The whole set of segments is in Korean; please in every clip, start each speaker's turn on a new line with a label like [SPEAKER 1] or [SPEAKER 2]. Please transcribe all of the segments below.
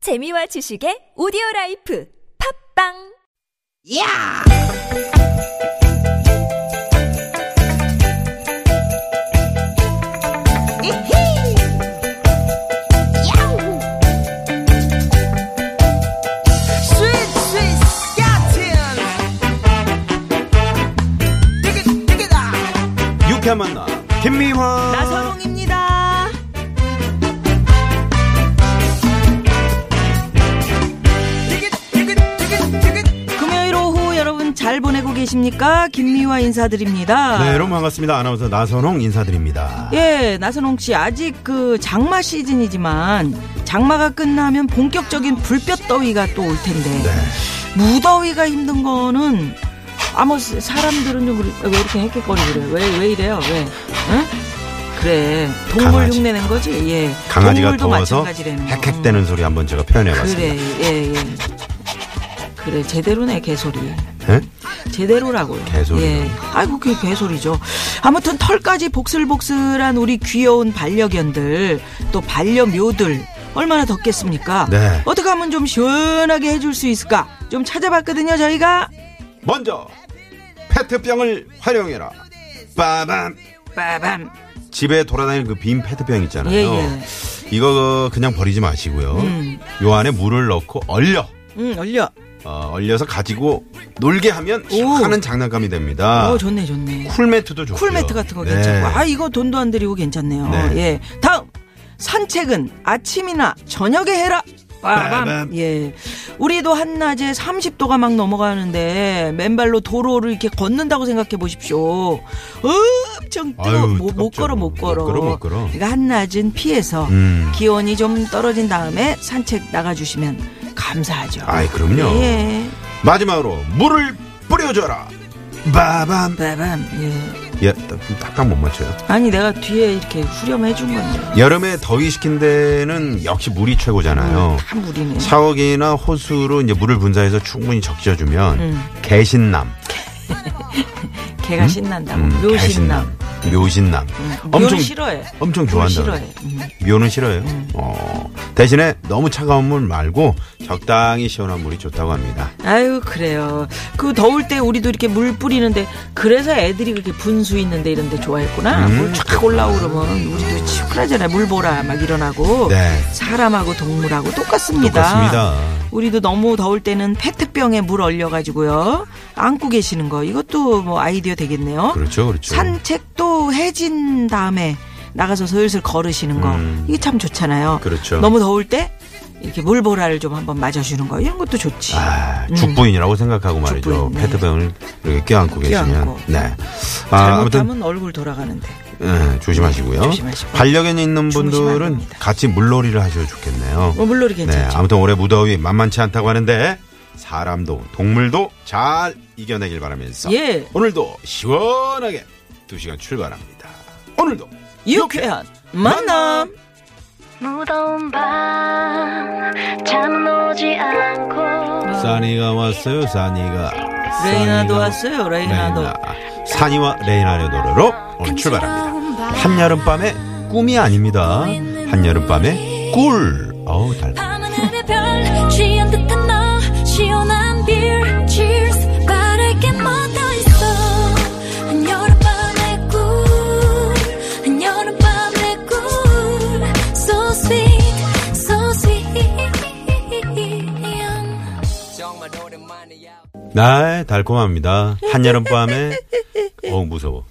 [SPEAKER 1] 재미와 지식의 오디오 라이프 팝빵!
[SPEAKER 2] 야! 이히! 야우! 스윗 스윗 스캇틴! 디귿 디귿아!
[SPEAKER 3] 유쾌한 만남 김미화
[SPEAKER 2] 나선홍입니다. 디귿 디귿 디귿 디귿
[SPEAKER 4] 금요일 오후 여러분 잘 보내고 계십니까? 김미화 인사드립니다.
[SPEAKER 3] 네 여러분 반갑습니다 아나운서 나선홍 인사드립니다
[SPEAKER 4] 예, 나선홍 씨 아직 그 장마 시즌이지만 장마가 끝나면 본격적인 불볕 더위가 또 올 텐데
[SPEAKER 3] 네,
[SPEAKER 4] 무더위가 힘든 거는 아무 스- 사람들은 좀 그리- 왜 이렇게 헷갈거리 그래? 왜 왜 이래요? 왜? 응? 그래 동물
[SPEAKER 3] 강아지.
[SPEAKER 4] 흉내낸 거지? 예.
[SPEAKER 3] 강아지가
[SPEAKER 4] 동물도
[SPEAKER 3] 더워서
[SPEAKER 4] 마찬가지라는 거.
[SPEAKER 3] 헥헥대는 소리 한번 제가 표현해봤습니다
[SPEAKER 4] 그래 예 예. 그래 제대로네 개소리.
[SPEAKER 3] 예?
[SPEAKER 4] 제대로라고요.
[SPEAKER 3] 개소리요.
[SPEAKER 4] 예. 아이고, 그게 개소리죠. 아무튼 털까지 복슬복슬한 우리 귀여운 반려견들, 또 반려묘들, 얼마나 덥겠습니까?
[SPEAKER 3] 네.
[SPEAKER 4] 어떻게 하면 좀 시원하게 해줄 수 있을까? 좀 찾아봤거든요, 저희가.
[SPEAKER 3] 먼저 페트병을 활용해라 빠밤
[SPEAKER 4] 빠밤.
[SPEAKER 3] 집에 돌아다니는 그 빈 페트병 있잖아요
[SPEAKER 4] 예, 예.
[SPEAKER 3] 이거 그냥 버리지 마시고요
[SPEAKER 4] 음.
[SPEAKER 3] 요 안에 물을 넣고 얼려
[SPEAKER 4] 응, 얼려.
[SPEAKER 3] 어, 얼려서 가지고 놀게 하면 시원한 장난감이 됩니다
[SPEAKER 4] 오, 좋네, 좋네.
[SPEAKER 3] 쿨매트도 좋고요
[SPEAKER 4] 어, 쿨매트 같은 거
[SPEAKER 3] 네.
[SPEAKER 4] 괜찮고. 아, 이거 돈도 안 들이고 괜찮네요.
[SPEAKER 3] 네.
[SPEAKER 4] 예. 다음. 산책은 아침이나 저녁에 해라. 빠밤.
[SPEAKER 3] 빠밤.
[SPEAKER 4] 예. 우리도 한낮에 30도가 막 넘어가는데 맨발로 도로를 이렇게 걷는다고 생각해 보십시오. 엄청 뜨거. 뭐,
[SPEAKER 3] 아유,
[SPEAKER 4] 못, 못
[SPEAKER 3] 뜨겁죠.
[SPEAKER 4] 걸어 못
[SPEAKER 3] 못
[SPEAKER 4] 걸어.
[SPEAKER 3] 걸어, 못 걸어.
[SPEAKER 4] 그러니까 한낮은 피해서
[SPEAKER 3] 음.
[SPEAKER 4] 기온이 좀 떨어진 다음에 산책 나가 주시면 감사하죠.
[SPEAKER 3] 아이, 그럼요.
[SPEAKER 4] 예.
[SPEAKER 3] 마지막으로 물을 뿌려줘라 빠밤
[SPEAKER 4] 빠밤. 예.
[SPEAKER 3] 예, 딱- 딱딱 못 맞춰요.
[SPEAKER 4] 아니 내가 뒤에 이렇게 후렴해 준 건데.
[SPEAKER 3] 여름에 더위 식힌 데는 역시 물이 최고잖아요.
[SPEAKER 4] 다 물이네.
[SPEAKER 3] 샤워기나 호수로 이제 물을 분사해서 충분히 적셔주면
[SPEAKER 4] 음.
[SPEAKER 3] 개신남,
[SPEAKER 4] 개가 신난다고.
[SPEAKER 3] 음,
[SPEAKER 4] 묘신남. 음.
[SPEAKER 3] 개신남, 묘신남,
[SPEAKER 4] 묘는 싫어해.
[SPEAKER 3] 엄청
[SPEAKER 4] 묘는
[SPEAKER 3] 좋아한다.
[SPEAKER 4] 싫어해. 음.
[SPEAKER 3] 묘는 싫어요. 어, 대신에 너무 차가운 물 말고 적당히 시원한 물이 좋다고 합니다.
[SPEAKER 4] 아유 그래요. 그 더울 때 우리도 이렇게 물 뿌리는데 그래서 애들이 그렇게 분수 있는데 이런데 좋아했구나.
[SPEAKER 3] 음.
[SPEAKER 4] 물 쫙 올라오르면 우리도 시원하잖아요. 물 보라 막 일어나고
[SPEAKER 3] 네.
[SPEAKER 4] 사람하고 동물하고 똑같습니다.
[SPEAKER 3] 똑같습니다.
[SPEAKER 4] 우리도 너무 더울 때는 페트병에 물 얼려가지고요. 안고 계시는 거 이것도 뭐 아이디어 되겠네요.
[SPEAKER 3] 그렇죠, 그렇죠.
[SPEAKER 4] 산책도 해진 다음에 나가서 슬슬 걸으시는 거
[SPEAKER 3] 음.
[SPEAKER 4] 이게 참 좋잖아요.
[SPEAKER 3] 그렇죠.
[SPEAKER 4] 너무 더울 때 이렇게 물보라를 좀 한번 맞아주는 거 이런 것도 좋지.
[SPEAKER 3] 아,
[SPEAKER 4] 음.
[SPEAKER 3] 죽부인이라고 생각하고 말이죠.
[SPEAKER 4] 죽부인, 네.
[SPEAKER 3] 페트병을 이렇게 껴안고 계시면.
[SPEAKER 4] 껴안고.
[SPEAKER 3] 네. 아, 아무튼
[SPEAKER 4] 잘못하면 얼굴 돌아가는데.
[SPEAKER 3] 예, 조심하시고요.
[SPEAKER 4] 조심하시고.
[SPEAKER 3] 반려견이 있는
[SPEAKER 4] 조심할
[SPEAKER 3] 분들은
[SPEAKER 4] 겁니다.
[SPEAKER 3] 같이 물놀이를 하셔도 좋겠네요.
[SPEAKER 4] 어, 물놀이
[SPEAKER 3] 네,
[SPEAKER 4] 괜찮죠.
[SPEAKER 3] 아무튼 올해 무더위 만만치 않다고 하는데 사람도 동물도 잘 이겨내길 바라면서
[SPEAKER 4] 예.
[SPEAKER 3] 오늘도 시원하게 두 시간 출발합니다. 오늘도
[SPEAKER 4] 유쾌한 만남.
[SPEAKER 5] 무더운 밤 잠은 오지 않고
[SPEAKER 3] 산이가 왔어요, 산이가.
[SPEAKER 4] 레이나도 왔어요. 레이나도.
[SPEAKER 3] 산이와 레이나의 노래로 오늘 출발합니다. 한여름 밤의 꿈이 아닙니다. 한여름 밤의 꿀. 어우 달콤.
[SPEAKER 6] 밤은 하늘 별 취한 듯한 너 시원한 beer cheers 바랄게 묻어 있어 한여름밤의 꿀 한여름밤의 꿀 so sweet so sweet
[SPEAKER 3] 날 달콤합니다. 한여름 밤에 어 무서워.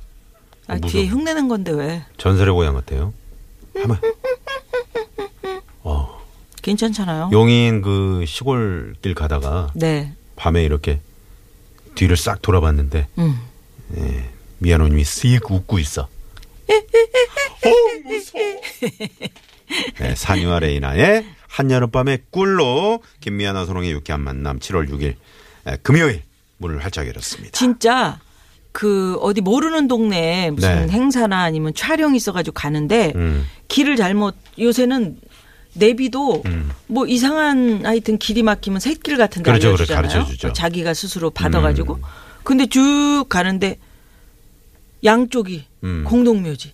[SPEAKER 4] 아,
[SPEAKER 3] 어, 무서워.
[SPEAKER 4] 뒤에 흉내는 건데 왜?
[SPEAKER 3] 전설의 고향 같아요. 한번. 어
[SPEAKER 4] 괜찮잖아요.
[SPEAKER 3] 용인 그 시골길 가다가
[SPEAKER 4] 네.
[SPEAKER 3] 밤에 이렇게 뒤를 싹 돌아봤는데
[SPEAKER 4] 음.
[SPEAKER 3] 예, 미아노님이 씩 웃고 있어. 네, 산이와 레이나의 한여름밤의 꿀로 김미아나 소롱의 유쾌한 만남 7월 6일 예, 금요일 문을 활짝 열었습니다.
[SPEAKER 4] 진짜 그 어디 모르는 동네에 무슨
[SPEAKER 3] 네.
[SPEAKER 4] 행사나 아니면 촬영 있어가지고 가는데
[SPEAKER 3] 음.
[SPEAKER 4] 길을 잘못 요새는 내비도 뭐 이상한 하여튼 길이 막히면 샛길 같은 데
[SPEAKER 3] 음. 그렇죠, 그렇죠.
[SPEAKER 4] 알려주잖아요.
[SPEAKER 3] 가르쳐주죠. 음.
[SPEAKER 4] 자기가 스스로 받아가지고 근데 쭉 가는데 양쪽이
[SPEAKER 3] 음.
[SPEAKER 4] 공동묘지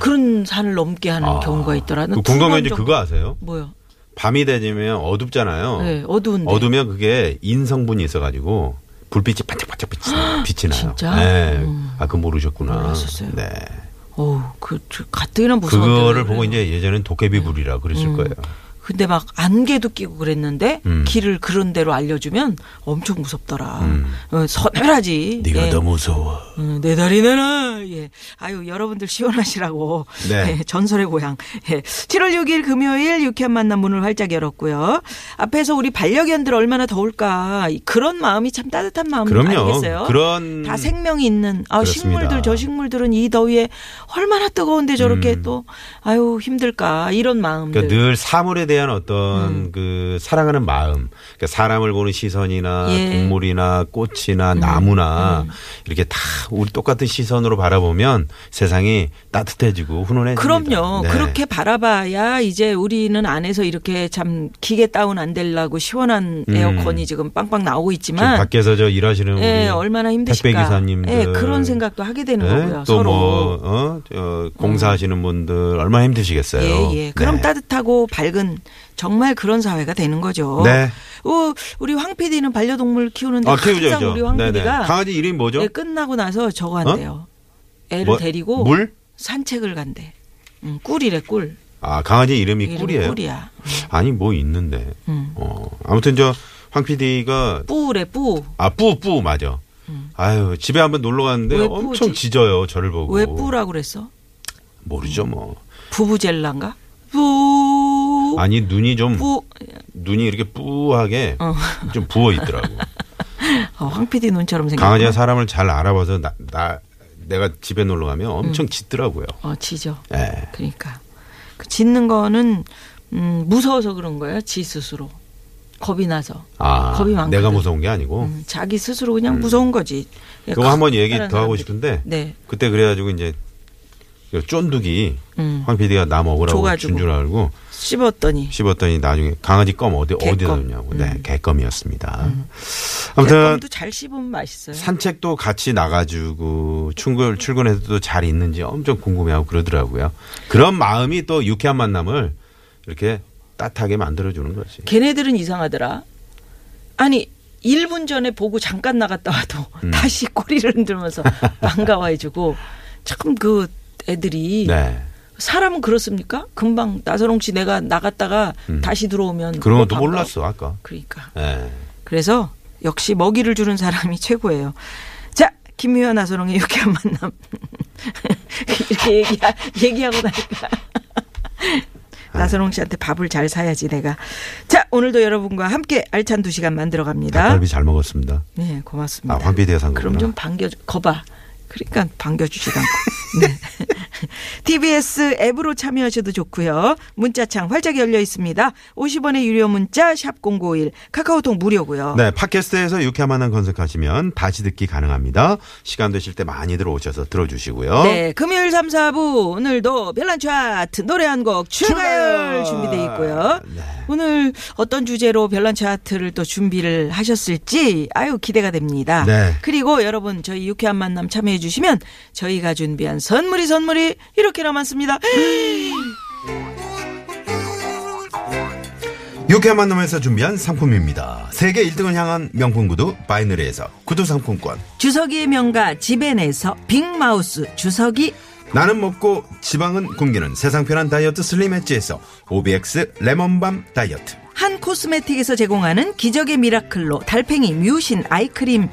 [SPEAKER 4] 그런 산을 넘게 하는
[SPEAKER 3] 아,
[SPEAKER 4] 경우가 있더라.
[SPEAKER 3] 그 공동묘지 그거 아세요?
[SPEAKER 4] 뭐요?
[SPEAKER 3] 밤이 되면 어둡잖아요.
[SPEAKER 4] 네, 어두운데.
[SPEAKER 3] 어두면 그게 인성분이 있어가지고 불빛이 반짝반짝 빛이, 빛이 나요.
[SPEAKER 4] 진짜? 음.
[SPEAKER 3] 네. 아, 그 모르셨구나.
[SPEAKER 4] 몰랐었어요.
[SPEAKER 3] 네.
[SPEAKER 4] 어우, 그, 저 가뜩이나 무서운데.
[SPEAKER 3] 그거를
[SPEAKER 4] 왜
[SPEAKER 3] 보고
[SPEAKER 4] 그래요? 음.
[SPEAKER 3] 이제 예전엔 도깨비불이라 그랬을 거예요.
[SPEAKER 4] 근데 막 안개도 끼고 그랬는데
[SPEAKER 3] 음.
[SPEAKER 4] 길을 그런 대로 알려주면 엄청 무섭더라. 어,
[SPEAKER 3] 음.
[SPEAKER 4] 서늘하지.
[SPEAKER 3] 네가
[SPEAKER 4] 예.
[SPEAKER 3] 더 무서워.
[SPEAKER 4] 어, 내 다리 내놔. 예. 아유, 여러분들 시원하시라고.
[SPEAKER 3] 네.
[SPEAKER 4] 예, 전설의 고향. 예. 7월 6일 금요일 유쾌한 만남 문을 활짝 열었고요. 앞에서 우리 반려견들 얼마나 더울까. 이- 그런 마음이 참 따뜻한 마음
[SPEAKER 3] 그럼요.
[SPEAKER 4] 아니겠어요?
[SPEAKER 3] 그런-
[SPEAKER 4] 다 생명이 있는 아,
[SPEAKER 3] 그렇습니다.
[SPEAKER 4] 식물들 저 식물들은 이 더위에 얼마나 뜨거운데 저렇게 또 아유, 힘들까. 이런 마음들.
[SPEAKER 3] 음. 그러니까 늘 사물에 대한 어떤
[SPEAKER 4] 음.
[SPEAKER 3] 그 사랑하는 마음, 그러니까 사람을 보는 시선이나
[SPEAKER 4] 예. 음.
[SPEAKER 3] 동물이나 꽃이나 나무나 이렇게 다 우리 똑같은 시선으로 바라보면 세상이 따뜻해지고 훈훈해집니다.
[SPEAKER 4] 그럼요.
[SPEAKER 3] 네.
[SPEAKER 4] 그렇게 바라봐야 이제 우리는 안에서 이렇게 참 기계 다운 안 되려고 시원한 에어컨이 지금 빵빵 나오고
[SPEAKER 3] 음. 지금
[SPEAKER 4] 있지만
[SPEAKER 3] 밖에서 저 일하시는
[SPEAKER 4] 예,
[SPEAKER 3] 우리
[SPEAKER 4] 얼마나 힘드실까.
[SPEAKER 3] 택배 기사님들
[SPEAKER 4] 예, 그런 생각도 하게 되는 거고요. 서로.
[SPEAKER 3] 네, 또뭐 어? 저 공사하시는 분들 얼마나 힘드시겠어요.
[SPEAKER 4] 예, 예. 그럼
[SPEAKER 3] 네.
[SPEAKER 4] 따뜻하고 밝은 정말 그런 사회가 되는 거죠.
[SPEAKER 3] 네.
[SPEAKER 4] 어, 우리 황 PD는 반려동물 키우는데
[SPEAKER 3] 아,
[SPEAKER 4] 항상
[SPEAKER 3] 키우죠. 그죠?
[SPEAKER 4] 우리 황
[SPEAKER 3] 네네.
[SPEAKER 4] PD가 예,
[SPEAKER 3] 강아지 이름이 뭐죠? 어?
[SPEAKER 4] 끝나고 나서 저거 한대요. 그 애를
[SPEAKER 3] 뭐-
[SPEAKER 4] 데리고
[SPEAKER 3] 물?
[SPEAKER 4] 산책을 간대. 음, 꿀이래 꿀.
[SPEAKER 3] 아, 강아지 이름이
[SPEAKER 4] 이름이
[SPEAKER 3] 꿀이에요.
[SPEAKER 4] 꿀이야.
[SPEAKER 3] 아니 뭐 있는데.
[SPEAKER 4] 음.
[SPEAKER 3] 어 아무튼 저 황 PD가
[SPEAKER 4] 뿌래 뿌.
[SPEAKER 3] 아 뿌뿌 맞아. 아유 집에 한번 놀러 갔는데
[SPEAKER 4] 음. 왜
[SPEAKER 3] 엄청
[SPEAKER 4] 뿌지?
[SPEAKER 3] 짖어요 저를 보고.
[SPEAKER 4] 왜 뿌라고 그랬어?
[SPEAKER 3] 모르죠 뭐.
[SPEAKER 4] 부부젤라인가? 뿌.
[SPEAKER 3] 아니 눈이 좀
[SPEAKER 4] 뿌.
[SPEAKER 3] 눈이 이렇게 뿌하게 좀 부어 있더라고.
[SPEAKER 4] 어, 황 PD 눈처럼 생겼
[SPEAKER 3] 강아지가 사람을 잘 알아봐서 나, 나 내가 집에 놀러 가면 엄청 짖더라고요.
[SPEAKER 4] 어, 지죠.
[SPEAKER 3] 예.
[SPEAKER 4] 그러니까 그 짖는 거는 음, 무서워서 그런 거예요. 지 스스로 겁이 나서
[SPEAKER 3] 아
[SPEAKER 4] 겁이 많거든.
[SPEAKER 3] 내가 무서운 게 아니고.
[SPEAKER 4] 음, 자기 스스로 그냥 무서운 거지. 그러니까
[SPEAKER 3] 그거 한번 얘기 더 하고 싶은데
[SPEAKER 4] 네.
[SPEAKER 3] 그때 그래가지고 이제 그 쫀득이
[SPEAKER 4] 음.
[SPEAKER 3] 황 PD가 나 먹으라고
[SPEAKER 4] 줘가지고.
[SPEAKER 3] 준 줄 알고
[SPEAKER 4] 씹었더니
[SPEAKER 3] 씹었더니 나중에 강아지 껌 어디 어디다
[SPEAKER 4] 개껌. 음.
[SPEAKER 3] 뒀냐고. 네, 개껌이었습니다. 아무튼
[SPEAKER 4] 개껌도 잘 씹으면 맛있어요.
[SPEAKER 3] 산책도 같이 나가주고 출근 출근해서도 잘 있는지 엄청 궁금해하고 그러더라고요. 그런 마음이 또 유쾌한 만남을 이렇게 따뜻하게 만들어주는 거지.
[SPEAKER 4] 걔네들은 이상하더라. 아니 1분 전에 보고 잠깐 나갔다 와도
[SPEAKER 3] 음.
[SPEAKER 4] 다시 꼬리를 흔들면서 반가워해주고 참 그 애들이
[SPEAKER 3] 네.
[SPEAKER 4] 사람은 그렇습니까? 금방 나선홍 씨 내가 나갔다가 다시 들어오면
[SPEAKER 3] 음. 그런
[SPEAKER 4] 뭐
[SPEAKER 3] 것도
[SPEAKER 4] 반가워.
[SPEAKER 3] 몰랐어 아까.
[SPEAKER 4] 그러니까
[SPEAKER 3] 네.
[SPEAKER 4] 그래서 역시 먹이를 주는 사람이 최고예요. 자, 김미화 나선홍의 유쾌한 만남. 이렇게 얘기하, 얘기하고 나니까. 나선홍 씨한테 밥을 잘 사야지 내가. 자, 오늘도 여러분과 함께 알찬 두 시간 만들어 갑니다.
[SPEAKER 3] 닭갈비 잘 먹었습니다.
[SPEAKER 4] 네, 고맙습니다.
[SPEAKER 3] 아, 황 PD가 산
[SPEAKER 4] 그럼
[SPEAKER 3] 거구나.
[SPEAKER 4] 좀 반겨줘. 거봐. 그러니까 반겨주지도 않고. 네. TBS 앱으로 참여하셔도 좋고요. 문자창 활짝 열려 있습니다. 50원의 유료 문자 샵 #051 카카오톡 무료고요.
[SPEAKER 3] 네, 팟캐스트에서 유쾌한 만남 검색하시면 다시 듣기 가능합니다. 시간 되실 때 많이들 오셔서 들어주시고요.
[SPEAKER 4] 네, 금요일 3, 4부 오늘도 별난 차트 노래 한 곡
[SPEAKER 3] 출발!
[SPEAKER 4] 추가열 준비되어 있고요.
[SPEAKER 3] 네.
[SPEAKER 4] 오늘 어떤 주제로 별난 차트를 또 준비를 하셨을지 아유 기대가 됩니다.
[SPEAKER 3] 네.
[SPEAKER 4] 그리고 여러분 저희 유쾌한 만남 참여해 주시면 저희가 준비한 선물이 선물이 이렇게 남았습니다.
[SPEAKER 3] 유쾌한 만남에서 준비한 상품입니다. 세계 1등을 향한 명품 구두 바이너리에서 구두 상품권.
[SPEAKER 4] 주석이의 명가 지벤에서 빅마우스 주석이
[SPEAKER 3] 나는 먹고 지방은 굶기는 세상 편한 다이어트 슬림 엣지에서 OBX 레몬밤 다이어트.
[SPEAKER 4] 한 코스메틱에서 제공하는 기적의 미라클로 달팽이 뮤신 아이크림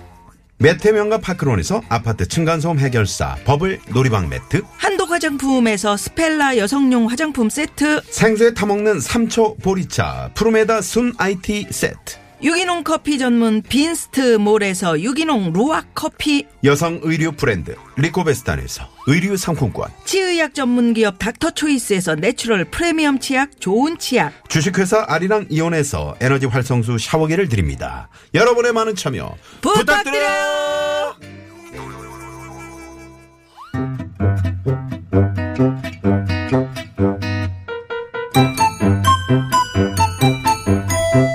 [SPEAKER 3] 매태명과 파크론에서 아파트 층간소음 해결사 버블 놀이방 매트.
[SPEAKER 4] 한독 화장품에서 스펠라 여성용 화장품 세트
[SPEAKER 3] 생수에 타먹는 삼초 보리차 프로메다 순 IT 세트.
[SPEAKER 4] 유기농 커피 전문 빈스트 몰에서 유기농 루아 커피,
[SPEAKER 3] 여성 의류 브랜드 리코베스탄에서 의류 상품권.
[SPEAKER 4] 치의학 전문 기업 닥터 초이스에서 내추럴 프리미엄 치약, 좋은 치약,
[SPEAKER 3] 주식회사 아리랑 이온에서 에너지 활성수 샤워기를 드립니다. 여러분의 많은 참여 부탁드려요.
[SPEAKER 4] 부탁드려요!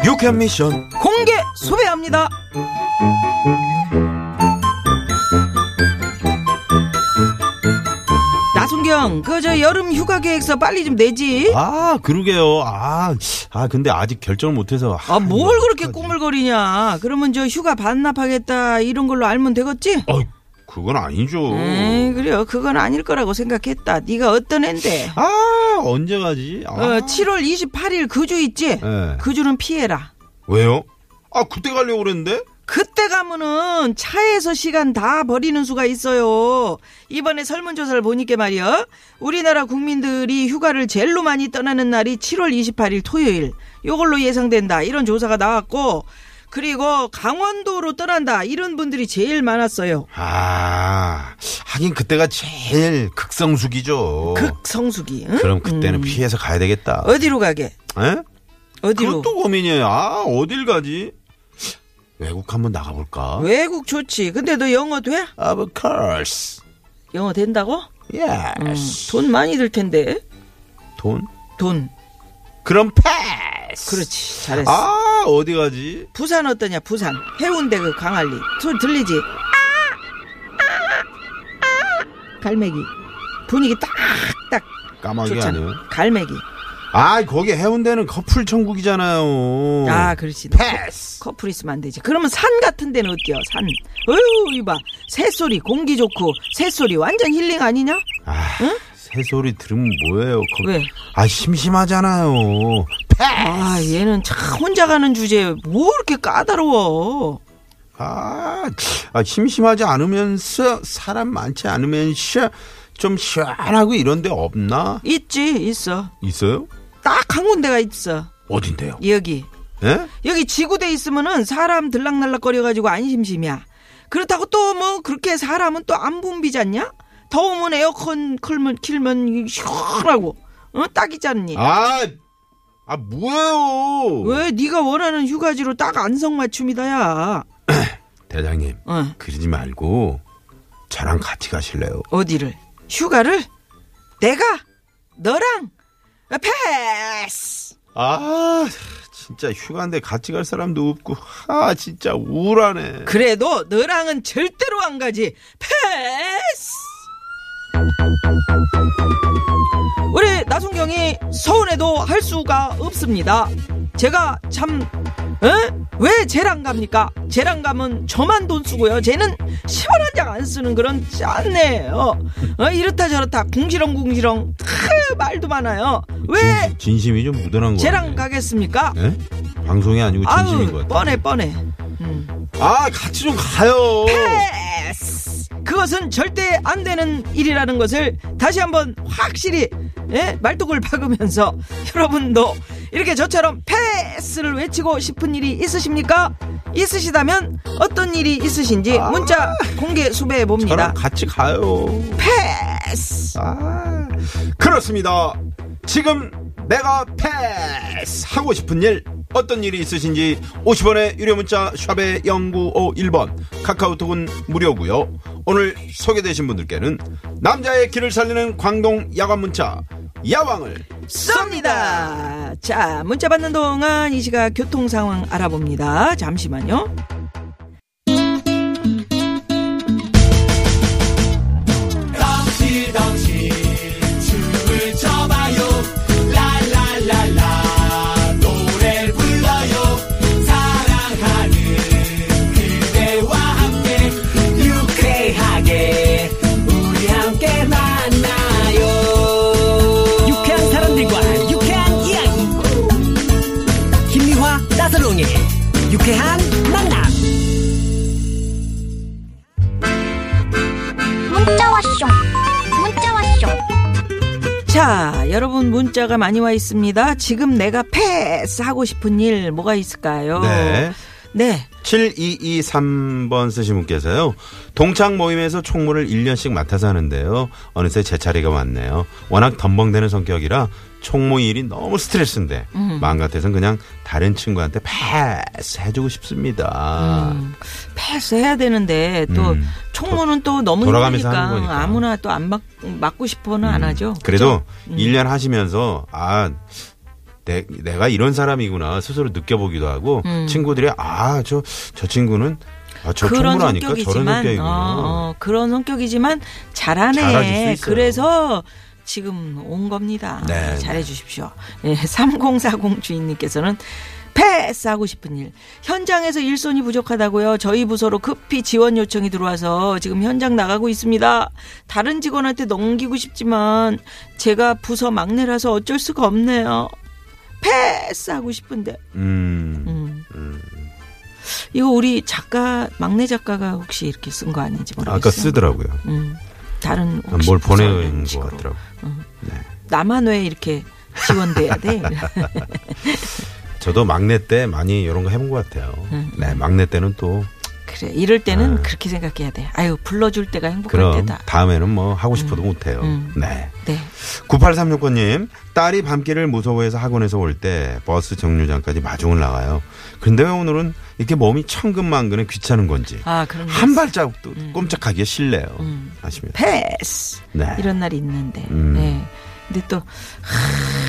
[SPEAKER 3] 유쾌한 미션.
[SPEAKER 4] 공개 수배합니다! 나순경, 형, 그 저 여름 휴가 계획서 빨리 좀 내지.
[SPEAKER 3] 아, 그러게요. 아, 아, 근데 아직 결정을 못해서.
[SPEAKER 4] 아, 뭘
[SPEAKER 3] 이거
[SPEAKER 4] 그렇게
[SPEAKER 3] 어떡하지?
[SPEAKER 4] 꾸물거리냐. 그러면 저 휴가 반납하겠다 이런 걸로 알면 되겠지?
[SPEAKER 3] 어이, 그건 아니죠.
[SPEAKER 4] 에이, 그래요. 그건 아닐 거라고 생각했다. 네가 어떤 앤데?
[SPEAKER 3] 아, 언제 가지? 아,
[SPEAKER 4] 어, 7월 28일 그 주 있지?
[SPEAKER 3] 예.
[SPEAKER 4] 그 주는 피해라.
[SPEAKER 3] 왜요? 아, 그때 가려고 그랬는데?
[SPEAKER 4] 그때 가면은 차에서 시간 다 버리는 수가 있어요. 이번에 설문조사를 보니까 말이요. 우리나라 국민들이 휴가를 제일로 많이 떠나는 날이 7월 28일 토요일. 요걸로 예상된다. 이런 조사가 나왔고, 그리고 강원도로 떠난다. 이런 분들이 제일 많았어요.
[SPEAKER 3] 아, 하긴 그때가 제일 극성수기죠.
[SPEAKER 4] 극성수기. 응?
[SPEAKER 3] 그럼 그때는 피해서 가야 되겠다.
[SPEAKER 4] 어디로 가게?
[SPEAKER 3] 예?
[SPEAKER 4] 어디로?
[SPEAKER 3] 그것도 고민이에요. 아, 어딜 가지? 외국 한번 나가볼까?
[SPEAKER 4] 어? 외국 좋지. 근데 너 영어 돼?
[SPEAKER 3] Of course.
[SPEAKER 4] 영어 된다고?
[SPEAKER 3] Yes.
[SPEAKER 4] 돈 많이 들 텐데.
[SPEAKER 3] 돈?
[SPEAKER 4] 돈.
[SPEAKER 3] 그럼 패스.
[SPEAKER 4] 그렇지. 잘했어.
[SPEAKER 3] 아, 어디 가지?
[SPEAKER 4] 부산 어떠냐 부산 해운대 그 광안리 소리 들리지 갈매기 분위기 딱딱
[SPEAKER 3] 까마귀 아니에요?
[SPEAKER 4] 좋잖아 갈매기
[SPEAKER 3] 아, 거기 해운대는 커플 천국이잖아요.
[SPEAKER 4] 아 그렇지
[SPEAKER 3] 패스.
[SPEAKER 4] 커플 있으면 안 되지 그러면 산 같은 데는 어때요 산 어휴 이봐 새소리 공기 좋고 새소리 완전 힐링 아니냐
[SPEAKER 3] 아, 새소리 들으면 뭐예요? 거-
[SPEAKER 4] 왜?
[SPEAKER 3] 아, 심심하잖아요. 패스.
[SPEAKER 4] 아 얘는 참 혼자 가는 주제에 뭐 이렇게 까다로워
[SPEAKER 3] 아, 아, 심심하지 않으면서 사람 많지 않으면서 좀 시원하고 이런 데 없나?
[SPEAKER 4] 있지 있어
[SPEAKER 3] 있어요?
[SPEAKER 4] 딱 한 군데가 있어
[SPEAKER 3] 어딘데요?
[SPEAKER 4] 여기
[SPEAKER 3] 예?
[SPEAKER 4] 여기 지구대에 있으면은 사람 들락날락거려가지고 안심심이야. 그렇다고 또 뭐 그렇게 사람은 또 안 붐비지 않냐? 더우면 에어컨 킬면, 킬면 시원하고 어? 딱이잖니.
[SPEAKER 3] 아, 아 뭐예요?
[SPEAKER 4] 왜 네가 원하는 휴가지로 딱 안성맞춤이다야.
[SPEAKER 3] 대장님,
[SPEAKER 4] 어.
[SPEAKER 3] 그러지 말고 저랑 같이 가실래요?
[SPEAKER 4] 어디를? 휴가를? 내가? 너랑? 아, 패스!
[SPEAKER 3] 아, 진짜 휴가인데 같이 갈 사람도 없고, 아, 진짜 우울하네.
[SPEAKER 4] 그래도 너랑은 절대로 안 가지. 패스! 우리 나순경이 서운해도 할 수가 없습니다. 제가 참, 에? 왜 쟤랑 갑니까? 쟤랑 가면 저만 돈 쓰고요. 쟤는 10원 한 장 안 쓰는 그런 짠네요. 어, 이렇다 저렇다 궁시렁궁시렁 크, 말도 많아요. 왜
[SPEAKER 3] 진심, 이좀 묻어난 거.
[SPEAKER 4] 쟤랑 가겠습니까?
[SPEAKER 3] 예? 방송이 아니고 진심인 것 같아.
[SPEAKER 4] 아우 뻔해 뻔해. 음.
[SPEAKER 3] 아, 같이 좀 가요.
[SPEAKER 4] 패스! 그것은 절대 안 되는 일이라는 것을 다시 한번 확실히 예? 말뚝을 박으면서 여러분도 이렇게 저처럼 패스를 외치고 싶은 일이 있으십니까? 있으시다면 어떤 일이 있으신지 문자 공개 수배해 봅니다.
[SPEAKER 3] 저랑 같이 가요.
[SPEAKER 4] 패스!
[SPEAKER 3] 아, 그렇습니다. 지금 내가 패스 하고 싶은 일 어떤 일이 있으신지 50원의 유료 문자 샵의 0951번 카카오톡은 무료고요. 오늘 소개되신 분들께는 남자의 길을 살리는 광동 야간 문자 야왕을
[SPEAKER 4] 쏩니다! 자, 문자 받는 동안 이 시각 교통 상황 알아봅니다. 잠시만요.
[SPEAKER 7] 유쾌한 사람들과 유쾌한 이야기 김미화 나서롱의 유쾌한 만남
[SPEAKER 6] 문자 왔쇼 문자 왔쇼
[SPEAKER 4] 자, 여러분 문자가 많이 와 있습니다. 지금 내가 패스 하고 싶은 일 뭐가 있을까요?
[SPEAKER 3] 네.
[SPEAKER 4] 네.
[SPEAKER 3] 7223번 쓰신 분께서요. 동창 모임에서 총무를 1년씩 맡아서 하는데요. 어느새 제 차례가 왔네요. 워낙 덤벙대는 성격이라 총무 일이 너무 스트레스인데 마음 같아서는 그냥 다른 친구한테 패스 해주고 싶습니다.
[SPEAKER 4] 음. 패스해야 되는데 또
[SPEAKER 3] 음.
[SPEAKER 4] 총무는 또 너무
[SPEAKER 3] 돌아가면서
[SPEAKER 4] 힘드니까
[SPEAKER 3] 하는 거니까. 음.
[SPEAKER 4] 아무나 또 안 막 맞고 싶어는 안 하죠. 음.
[SPEAKER 3] 그래도 일 1년 하시면서 아 내, 내가 이런 사람이구나 스스로 느껴보기도 하고 친구들이 아 저 저 친구는 아, 저
[SPEAKER 4] 음. 그런
[SPEAKER 3] 총무라니까 저런
[SPEAKER 4] 성격이지만
[SPEAKER 3] 성격이구나.
[SPEAKER 4] 어, 어, 그런 성격이지만 잘하네.
[SPEAKER 3] 잘하실 수 있어요.
[SPEAKER 4] 그래서 지금 온 겁니다.
[SPEAKER 3] 네,
[SPEAKER 4] 잘해 주십시오. 예, 3040 주인님께서는 패스하고 싶은 일. 현장에서 일손이 부족하다고요. 저희 부서로 급히 지원 요청이 들어와서 지금 현장 나가고 있습니다. 다른 직원한테 넘기고 싶지만 제가 부서 막내라서 어쩔 수가 없네요. 패스하고 싶은데.
[SPEAKER 3] 음.
[SPEAKER 4] 음. 이거 우리 작가 막내 작가가 혹시 이렇게 쓴 거 아닌지 모르겠어요.
[SPEAKER 3] 아까 쓰더라고요.
[SPEAKER 4] 음. 다른
[SPEAKER 3] 난
[SPEAKER 4] 혹시
[SPEAKER 3] 뭘
[SPEAKER 4] 부서
[SPEAKER 3] 보내는 것
[SPEAKER 4] 식으로.
[SPEAKER 3] 같더라고.
[SPEAKER 4] 나만 왜 이렇게 지원돼야 돼?
[SPEAKER 3] 저도 막내 때 많이 이런 거 해본 것 같아요.
[SPEAKER 4] 음,
[SPEAKER 3] 네, 막내 때는 또
[SPEAKER 4] 그래 이럴 때는 그렇게 생각해야 돼. 아유 불러줄 때가 행복할
[SPEAKER 3] 아. 그럼
[SPEAKER 4] 때다.
[SPEAKER 3] 다음에는 뭐 하고 싶어도 못해요.
[SPEAKER 4] 음.
[SPEAKER 3] 네.
[SPEAKER 4] 네.
[SPEAKER 3] 9836번님 딸이 밤길을 무서워해서 학원에서 올 때 버스 정류장까지 마중을 나가요. 근데 왜 오늘은 이렇게 몸이 천근만근에 귀찮은 건지
[SPEAKER 4] 아 그런 거
[SPEAKER 3] 한 발자국도 꼼짝하기가 싫네요.
[SPEAKER 4] 음.
[SPEAKER 3] 아십니다.
[SPEAKER 4] 패스
[SPEAKER 3] 네.
[SPEAKER 4] 이런 날이 있는데.
[SPEAKER 3] 음.
[SPEAKER 4] 네. 근데 또 하,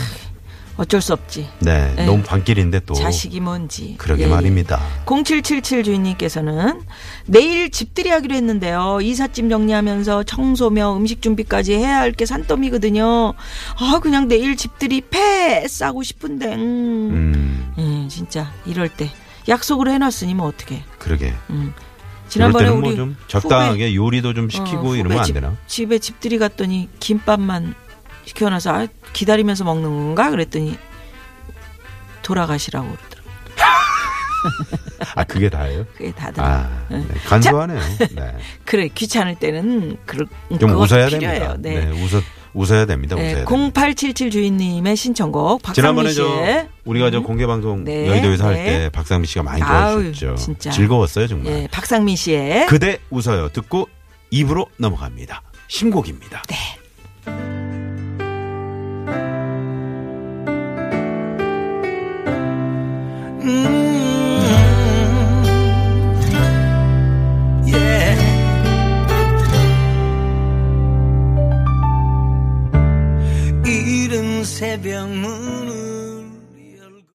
[SPEAKER 4] 어쩔 수 없지.
[SPEAKER 3] 네,
[SPEAKER 4] 네.
[SPEAKER 3] 너무 밤길인데 또
[SPEAKER 4] 자식이 뭔지.
[SPEAKER 3] 그러게
[SPEAKER 4] 예, 예.
[SPEAKER 3] 말입니다.
[SPEAKER 4] 0777 주인님께서는 내일 집들이 하기로 했는데요. 이삿짐 정리하면서 청소며 음식 준비까지 해야 할 게 산더미거든요. 아, 그냥 내일 집들이 패싸고 싶은데. 음.
[SPEAKER 3] 음,
[SPEAKER 4] 예, 진짜 이럴 때 약속으로 해놨으니 뭐 어떻게.
[SPEAKER 3] 그러게. 이럴
[SPEAKER 4] 지난번에
[SPEAKER 3] 때는
[SPEAKER 4] 우리
[SPEAKER 3] 뭐 좀
[SPEAKER 4] 후배-
[SPEAKER 3] 적당하게 요리도 좀
[SPEAKER 4] 어,
[SPEAKER 3] 시키고
[SPEAKER 4] 후배
[SPEAKER 3] 이러면 안
[SPEAKER 4] 집-
[SPEAKER 3] 되나?
[SPEAKER 4] 집에 집들이 갔더니 김밥만 시켜놔서 아, 기다리면서 먹는 건가 그랬더니 돌아가시라고 그러더라고.
[SPEAKER 3] 아 그게 다예요?
[SPEAKER 4] 그게 다들.
[SPEAKER 3] 아
[SPEAKER 4] 예.
[SPEAKER 3] 네. 간소하네요. 네.
[SPEAKER 4] 그래 귀찮을 때는 그럴
[SPEAKER 3] 좀
[SPEAKER 4] 그것도
[SPEAKER 3] 웃어야
[SPEAKER 4] 필요해요.
[SPEAKER 3] 됩니다. 네. 웃어 웃어야 됩니다.
[SPEAKER 4] 네,
[SPEAKER 3] 웃어야 됩니다.
[SPEAKER 4] 0877 주인님의 신청곡 박상민
[SPEAKER 3] 지난번에 저
[SPEAKER 4] 씨의
[SPEAKER 3] 우리가 저 공개 방송
[SPEAKER 4] 네,
[SPEAKER 3] 여의도에서
[SPEAKER 4] 네.
[SPEAKER 3] 할 때 박상민 씨가 많이
[SPEAKER 4] 아우,
[SPEAKER 3] 도와주셨죠.
[SPEAKER 4] 진짜.
[SPEAKER 3] 즐거웠어요 정말.
[SPEAKER 4] 예, 박상민 씨의
[SPEAKER 3] 그대 웃어요 듣고 입으로 넘어갑니다. 신곡입니다.
[SPEAKER 2] 이른 새벽 문을